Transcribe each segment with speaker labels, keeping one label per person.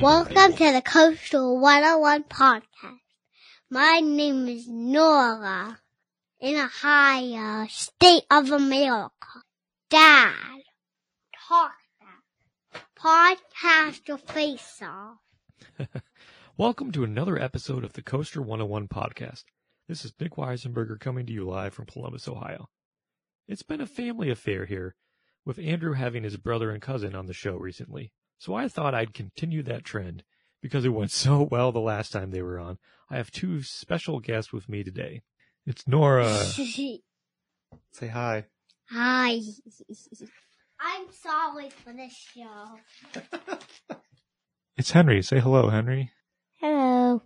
Speaker 1: Welcome to the Coastal 101 podcast. My name is Nora in Ohio, state of America. Dad, talk that. Podcast your face off.
Speaker 2: Welcome to another episode of the Coaster 101 podcast. This is Nick Weisenberger coming to you live from Columbus, Ohio. It's been a family affair here, with Andrew having his brother and cousin on the show recently. So I thought I'd continue that trend because it went so well the last time they were on. I have two special guests with me today. It's Nora.
Speaker 3: Say hi.
Speaker 1: Hi. I'm sorry for this show.
Speaker 2: It's Henry. Say hello, Henry.
Speaker 1: Hello.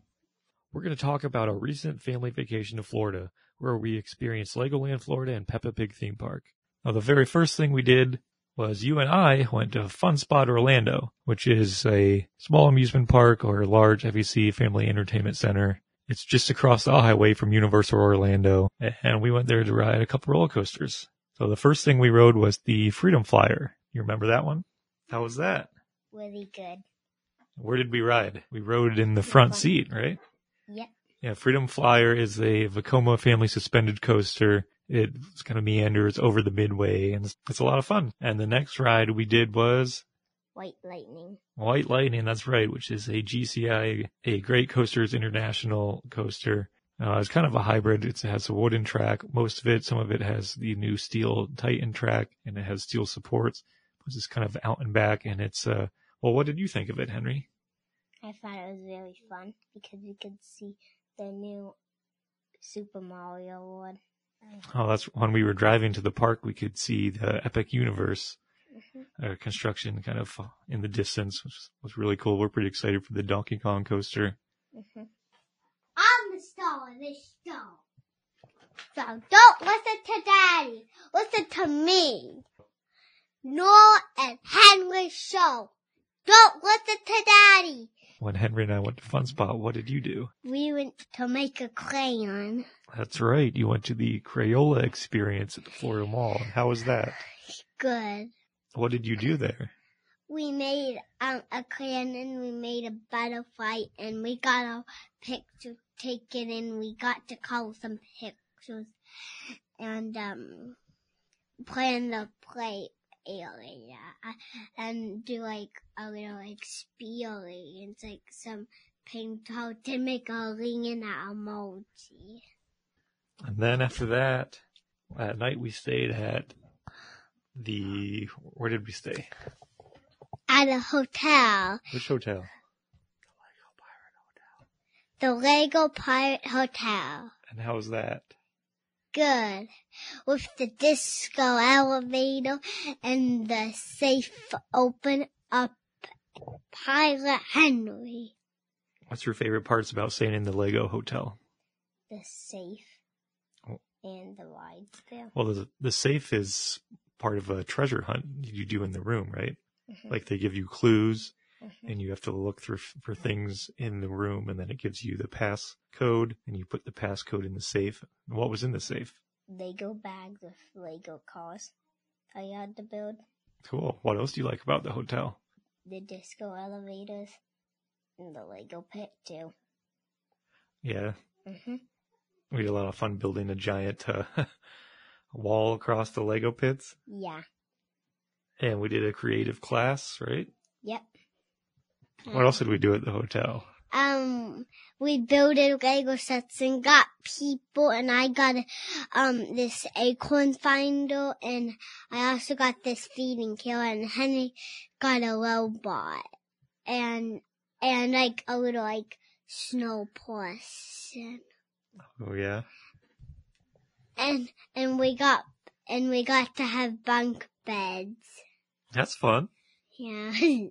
Speaker 2: We're going to talk about our recent family vacation to Florida, where we experienced Legoland Florida and Peppa Pig theme park. Now, the very first thing we did was you and I went to Fun Spot Orlando, which is a small amusement park or a large FEC family entertainment center. It's just across the highway from Universal Orlando, and we went there to ride a couple roller coasters. So the first thing we rode was the Freedom Flyer. You remember that one? How was that?
Speaker 1: Really good.
Speaker 2: Where did we ride? We rode in the front seat, right?
Speaker 1: Yep.
Speaker 2: Yeah, Freedom Flyer is a Vacoma family suspended coaster. It kind of meanders over the midway, and it's, it's a lot of fun. And the next ride we did was
Speaker 1: White lightning.
Speaker 2: White Lightning. That's right, which is a GCI, a Great Coasters International coaster. Uh, it's kind of a hybrid. It's, it has a wooden track, most of it. Some of it has the new steel Titan track, and it has steel supports. It's just kind of out and back, and it's uh. Well, what did you think of it, Henry?
Speaker 1: I thought it was really fun because we could see the new Super Mario one.
Speaker 2: Oh, that's when we were driving to the park. We could see the Epic Universe
Speaker 1: Mm-hmm,
Speaker 2: uh, construction kind of in the distance, which was really cool. We're pretty excited for the Donkey Kong coaster.
Speaker 1: mm-hmm. I'm the star of this show. So don't listen to Daddy. Listen to me. Nor and Henry's show. Don't listen to Daddy.
Speaker 2: When Henry and I went to Fun Spot, what did you do?
Speaker 1: We went to make a crayon.
Speaker 2: That's right, you went to the Crayola experience at the Florida Mall. How was that?
Speaker 1: Good.
Speaker 2: What did you do there?
Speaker 1: We made um, a crayon and we made a butterfly and we got a picture taken and we got to color some pictures and um, plan the play area and do like a little like experience like some paint how to make a ring and an emoji.
Speaker 2: And then after that, at night we stayed at the. Where did we stay?
Speaker 1: At a hotel.
Speaker 2: Which hotel?
Speaker 1: The Lego Pirate Hotel.
Speaker 2: And how was that?
Speaker 1: Good. With the disco elevator and the safe open up Pirate Henry.
Speaker 2: What's your favorite parts about staying in the Lego hotel?
Speaker 1: The safe
Speaker 2: Oh.
Speaker 1: and the rides there.
Speaker 2: Well, the the safe is part of a treasure hunt you do in the room, right?
Speaker 1: Mhm.
Speaker 2: Like they give you clues,
Speaker 1: Mhm.
Speaker 2: and you have to look through for things in the room, and then it gives you the pass code, and you put the pass code in the safe. And What was in the safe?
Speaker 1: Lego bags with Lego cars I had to build.
Speaker 2: Cool. What else do you like about the hotel?
Speaker 1: The disco elevators and the Lego pit too.
Speaker 2: Yeah,
Speaker 1: hmm
Speaker 2: we had a lot of fun building a giant uh, wall across the Lego pits,
Speaker 1: Yeah.
Speaker 2: and we did a creative class, right?
Speaker 1: Yep. Mm.
Speaker 2: What else did we do at the hotel?
Speaker 1: um we builded Lego sets and got people and I got um this acorn finder and I also got this feeding killer and Henry got a robot and and like a little like snow person
Speaker 2: Oh yeah.
Speaker 1: and and we got and we got to have bunk beds
Speaker 2: That's fun.
Speaker 1: yeah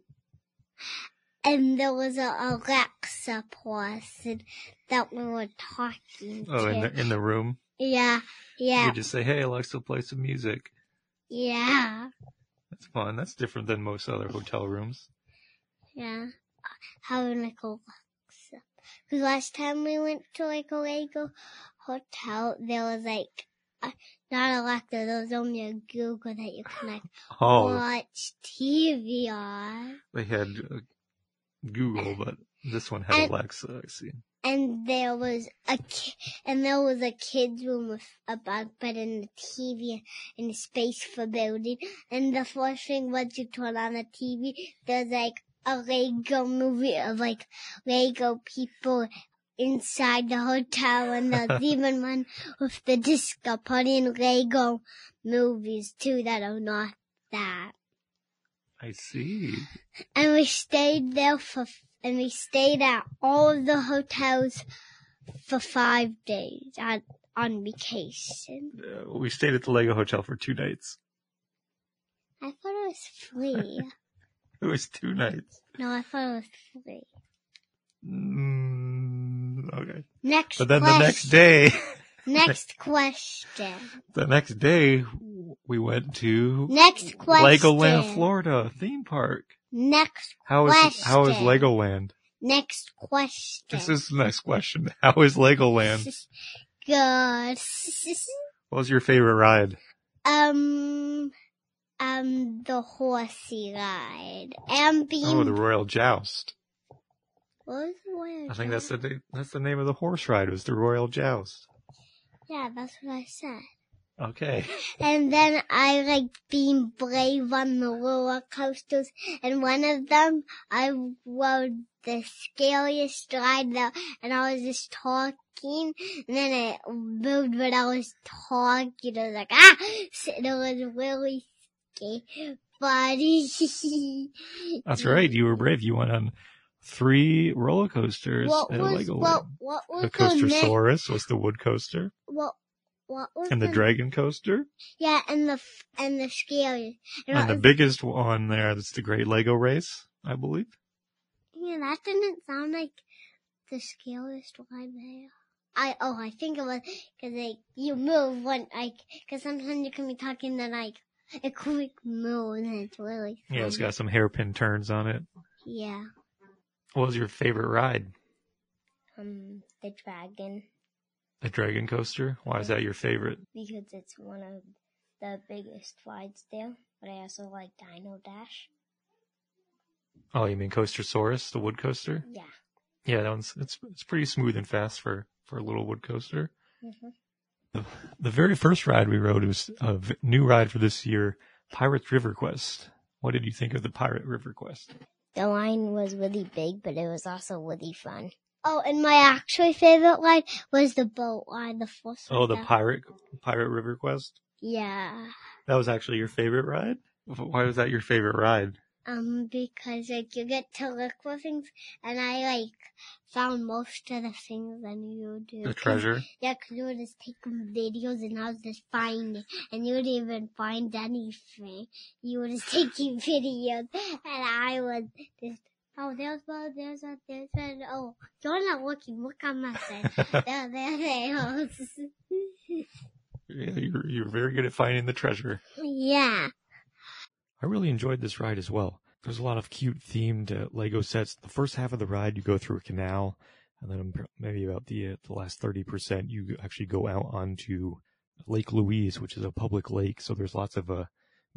Speaker 1: and there was a Alexa person that we were talking
Speaker 2: Oh,
Speaker 1: to
Speaker 2: in the in the room,
Speaker 1: Yeah, yeah,
Speaker 2: you just say, "Hey Alexa, play some music."
Speaker 1: yeah,
Speaker 2: That's fun. That's different than most other hotel rooms.
Speaker 1: yeah. Having like a Alexa. Because last time we went to like a Lego hotel, there was like uh, not Alexa. There was only a Google that you could like
Speaker 2: Oh,
Speaker 1: watch TV on,
Speaker 2: they had uh, Google, but this one had
Speaker 1: And-
Speaker 2: Alexa. I see.
Speaker 1: and there was a ki- and there was a kids room with a bunk bed and a TV and a space for building. And the first thing once you turn on the TV, there's like a Lego movie of like Lego people. Inside the hotel, and there's even one with the disco putting Lego movies too that are not that.
Speaker 2: I see.
Speaker 1: and we stayed there for and we stayed at all of the hotels for five days on on vacation.
Speaker 2: Uh, we stayed at the Lego Hotel for two nights.
Speaker 1: I thought it was free.
Speaker 2: It was two nights.
Speaker 1: no, I thought it was free.
Speaker 2: Mm, okay.
Speaker 1: Next,
Speaker 2: But then the
Speaker 1: question.
Speaker 2: next day,
Speaker 1: next question.
Speaker 2: the next day, we went to
Speaker 1: Next question.
Speaker 2: Legoland, Florida theme park.
Speaker 1: Next,
Speaker 2: How is how is
Speaker 1: Question.
Speaker 2: Legoland?
Speaker 1: next question.
Speaker 2: This is the next question. How is Legoland?
Speaker 1: good.
Speaker 2: What was your favorite ride?
Speaker 1: um, um, the horsey ride and being.
Speaker 2: Oh, the Royal Joust.
Speaker 1: what was the word?
Speaker 2: I
Speaker 1: Jack?
Speaker 2: think that's the na- that's the name of the horse ride. Was the Royal Joust?
Speaker 1: Yeah, that's what I said.
Speaker 2: Okay.
Speaker 1: And then I like being brave on the roller coasters. And one of them, I rode the scariest ride though, and I was just talking, and then it moved when I was talking. I was like, ah! So it was really scary. Funny.
Speaker 2: That's right. You were brave. You went on three roller coasters
Speaker 1: What
Speaker 2: at
Speaker 1: was
Speaker 2: Legoland.
Speaker 1: what? What was
Speaker 2: the
Speaker 1: the next?
Speaker 2: Coastersaurus was the wood coaster,
Speaker 1: What? What was
Speaker 2: and the dragon coaster,
Speaker 1: Yeah, and the f- and the scary. And what
Speaker 2: and the
Speaker 1: was-
Speaker 2: biggest one there. That's the Great Lego Race, I believe.
Speaker 1: Yeah, that didn't sound like the scariest one there. I oh, I think it was because like you move when like because sometimes you can be talking to like a quick move and it's really
Speaker 2: Yeah, it's
Speaker 1: funny.
Speaker 2: got some hairpin turns on it.
Speaker 1: yeah.
Speaker 2: What was your favorite ride?
Speaker 1: Um, the dragon
Speaker 2: The dragon coaster. Why is that your favorite?
Speaker 1: because it's one of the biggest rides there. But I also like Dino Dash.
Speaker 2: Oh, you mean Coastersaurus, the wood coaster?
Speaker 1: Yeah.
Speaker 2: Yeah, that one's it's it's pretty smooth and fast for for a little wood coaster.
Speaker 1: Mhm.
Speaker 2: The, the very first ride we rode was a v- new ride for this year, Pirates River Quest. What did you think of the Pirate River Quest?
Speaker 4: The line was really big, but it was also really fun.
Speaker 1: Oh, and my actual favorite ride was the boat ride, the first
Speaker 2: Oh, the
Speaker 1: one.
Speaker 2: Pirate Pirate River Quest.
Speaker 1: yeah.
Speaker 2: That was actually your favorite ride. Why was that your favorite ride?
Speaker 1: Um, because like you get to look for things, and I like found most of the things than you do.
Speaker 2: The
Speaker 1: 'Cause-
Speaker 2: treasure.
Speaker 1: Yeah, 'cause you were just taking videos, and I was just finding, and you didn't even find anything. You were just taking videos, and I was just. Oh, there's one, there's one, there's one. Oh, you're not looking. Look on my side. there, there, there.
Speaker 2: Yeah, you're you're very good at finding the treasure.
Speaker 1: yeah.
Speaker 2: I really enjoyed this ride as well. There's a lot of cute themed uh, Lego sets. The first half of the ride, you go through a canal, and then pr- maybe about the uh, the last thirty percent, you actually go out onto Lake Louise, which is a public lake. So there's lots of uh,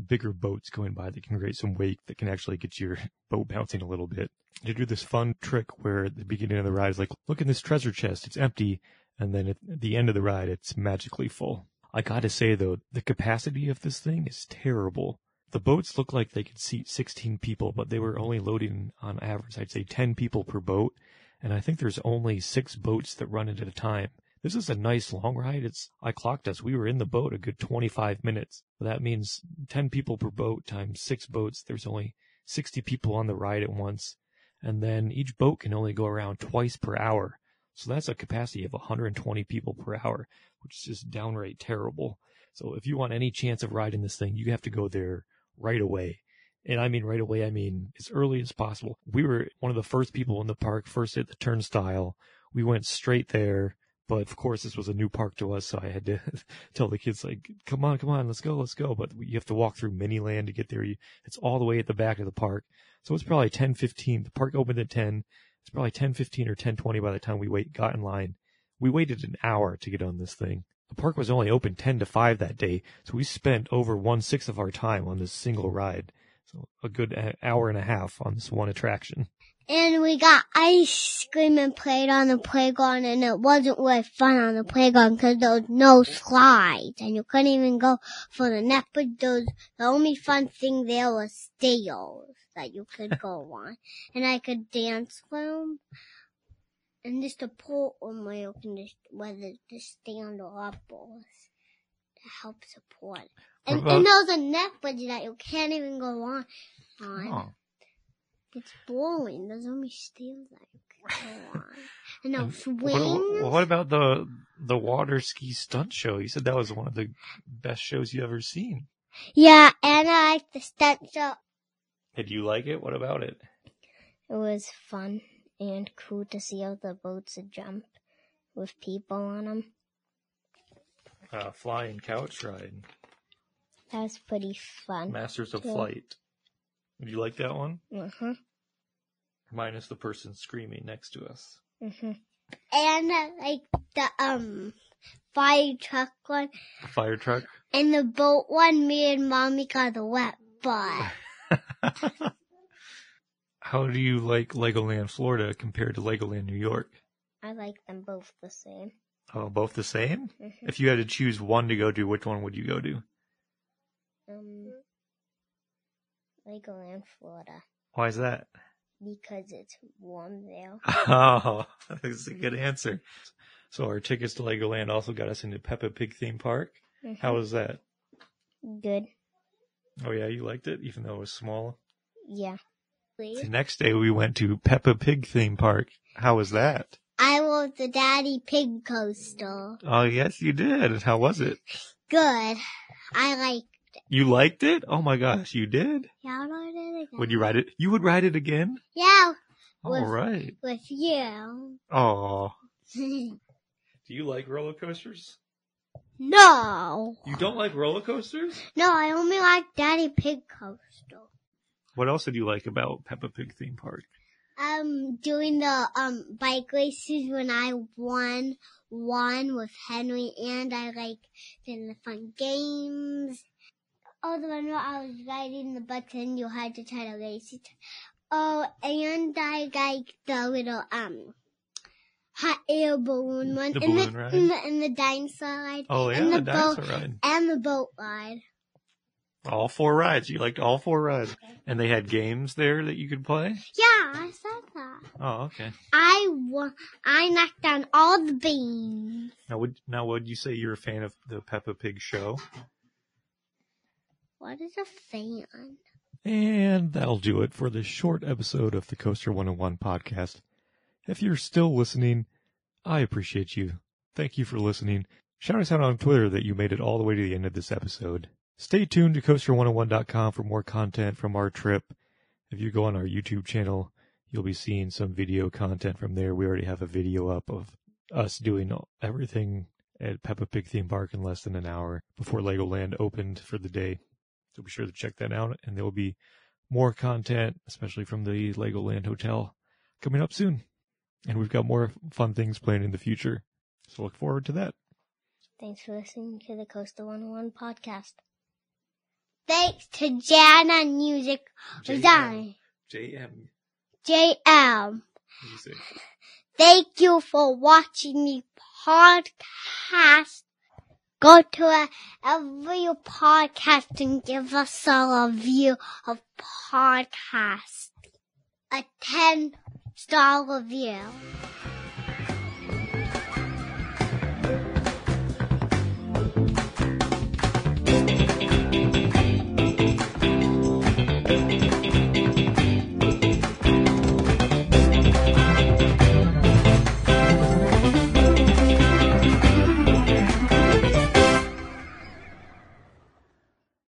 Speaker 2: bigger boats going by that can create some wake that can actually get your boat bouncing a little bit. They do this fun trick where at the beginning of the ride is like, look in this treasure chest, it's empty, and then at the end of the ride, it's magically full. I gotta say though, the capacity of this thing is terrible. The boats looked like they could seat 16 people, but they were only loading on average, I'd say 10 people per boat. And I think there's only six boats that run at a time. This is a nice long ride. It's, I clocked us. We were in the boat a good 25 minutes. That means 10 people per boat times six boats. There's only 60 people on the ride at once. And then each boat can only go around twice per hour. So that's a capacity of 120 people per hour, which is just downright terrible. So if you want any chance of riding this thing, you have to go there right away. And I mean right away, I mean as early as possible. We were one of the first people in the park, first at the turnstile. We went straight there. But of course, this was a new park to us, so I had to tell the kids, like, come on, come on, let's go, let's go. But you have to walk through Miniland to get there. You- It's all the way at the back of the park. So it's probably 10, 15. The park opened at 10. It's probably 10, 15 or 10, 20 by the time we wait, got in line. We waited an hour to get on this thing. The park was only open 10 to 5 that day, so we spent over one sixth of our time on this single ride. So a good a- hour and a half on this one attraction.
Speaker 1: And we got ice cream and played on the playground and it wasn't really fun on the playground because there was no slides and you couldn't even go for the neck, but there was, the only fun thing there was stairs that you could go on. And I could dance room and just a pool room where you can just, whether to stand or up or s- to help support. And, and there was a neck bridge that you can't even go on. on. It's boring. There's only stairs that you can go on. And no
Speaker 2: And
Speaker 1: swings.
Speaker 2: What, what- what about the the water ski stunt show? You said that was one of the best shows you ever seen.
Speaker 1: Yeah, and I like the stunt show.
Speaker 2: Did you like it? What about it?
Speaker 4: It was fun and cool to see how the boats would jump with people on them.
Speaker 2: Uh, flying couch ride,
Speaker 4: That was pretty fun.
Speaker 2: Masters of
Speaker 4: Yeah.
Speaker 2: Flight. Did you like that one?
Speaker 4: Uh
Speaker 1: Mm-hmm,
Speaker 4: huh.
Speaker 2: Minus the person screaming next to us.
Speaker 4: Uh huh.
Speaker 1: mm-hmm. And I like the, um, fire truck one.
Speaker 2: Fire truck.
Speaker 1: And the boat one, me and mommy got the wet butt.
Speaker 2: How do you like Legoland Florida compared to Legoland New York?
Speaker 4: I like them both the same.
Speaker 2: Oh, both the same?
Speaker 1: Mm-hmm.
Speaker 4: Mhm.
Speaker 2: If you had to choose one to go to, which one would you go to?
Speaker 4: Um, Legoland, Florida,
Speaker 2: Why is that?
Speaker 4: because it's warm there.
Speaker 2: Oh, that's a good answer. So our tickets to Legoland also got us into Peppa Pig theme park.
Speaker 4: Mhm.
Speaker 2: How was that?
Speaker 4: Good.
Speaker 2: Oh yeah, you liked it, even though it was small.
Speaker 4: Yeah.
Speaker 2: The next day we went to Peppa Pig theme park. How was that?
Speaker 1: I rode the daddy pig coaster.
Speaker 2: Oh yes, you did. How was it?
Speaker 1: Good. I like,
Speaker 2: You liked it? Oh my gosh, you did.
Speaker 1: y'all rode it again.
Speaker 2: Would you ride it? You would ride it again?
Speaker 1: Yeah,
Speaker 2: All
Speaker 1: With-
Speaker 2: right.
Speaker 1: with you.
Speaker 2: Oh, do you like roller coasters?
Speaker 1: no.
Speaker 2: You don't like roller coasters?
Speaker 1: No, I only like daddy pig coaster.
Speaker 2: What else did you like about Peppa Pig theme park?
Speaker 1: um doing the um bike races when I won one with Henry and I like did the fun games. Oh, the one where I was riding the button, you had to try to race it. Oh, and I like the little um hot air balloon one,
Speaker 2: The
Speaker 1: and,
Speaker 2: balloon
Speaker 1: the,
Speaker 2: ride?
Speaker 1: and the and the dinosaur ride,
Speaker 2: Oh yeah,
Speaker 1: And
Speaker 2: the
Speaker 1: the boat.
Speaker 2: dinosaur ride.
Speaker 1: and the boat ride.
Speaker 2: All four rides. You liked all four rides. And they had games there that you could play?
Speaker 1: Yeah, I said that.
Speaker 2: Oh, okay.
Speaker 1: I won. I knocked down all the beans.
Speaker 2: Now would now would you say you're a fan of the Peppa Pig show?
Speaker 1: What is a fan?
Speaker 2: And that'll do it for this short episode of the Coaster 101 podcast. If you're still listening, I appreciate you. Thank you for listening. Shout us out on Twitter that you made it all the way to the end of this episode. Stay tuned to coaster101.com for more content from our trip. If you go on our YouTube channel, you'll be seeing some video content from there. We already have a video up of us doing everything at Peppa Pig theme park in less than an hour before Legoland opened for the day. So be sure to check that out, and there will be more content, especially from the Legoland Hotel, coming up soon. And we've got more fun things planned in the future. So look forward to that.
Speaker 4: Thanks for listening to the Coastal 101 podcast.
Speaker 1: oh Thanks to Jana Music Design.
Speaker 2: JM
Speaker 1: JM.
Speaker 2: music.
Speaker 1: Thank you for watching the podcast. Go to uh, every podcast and give us a review of podcast. A 10 star review.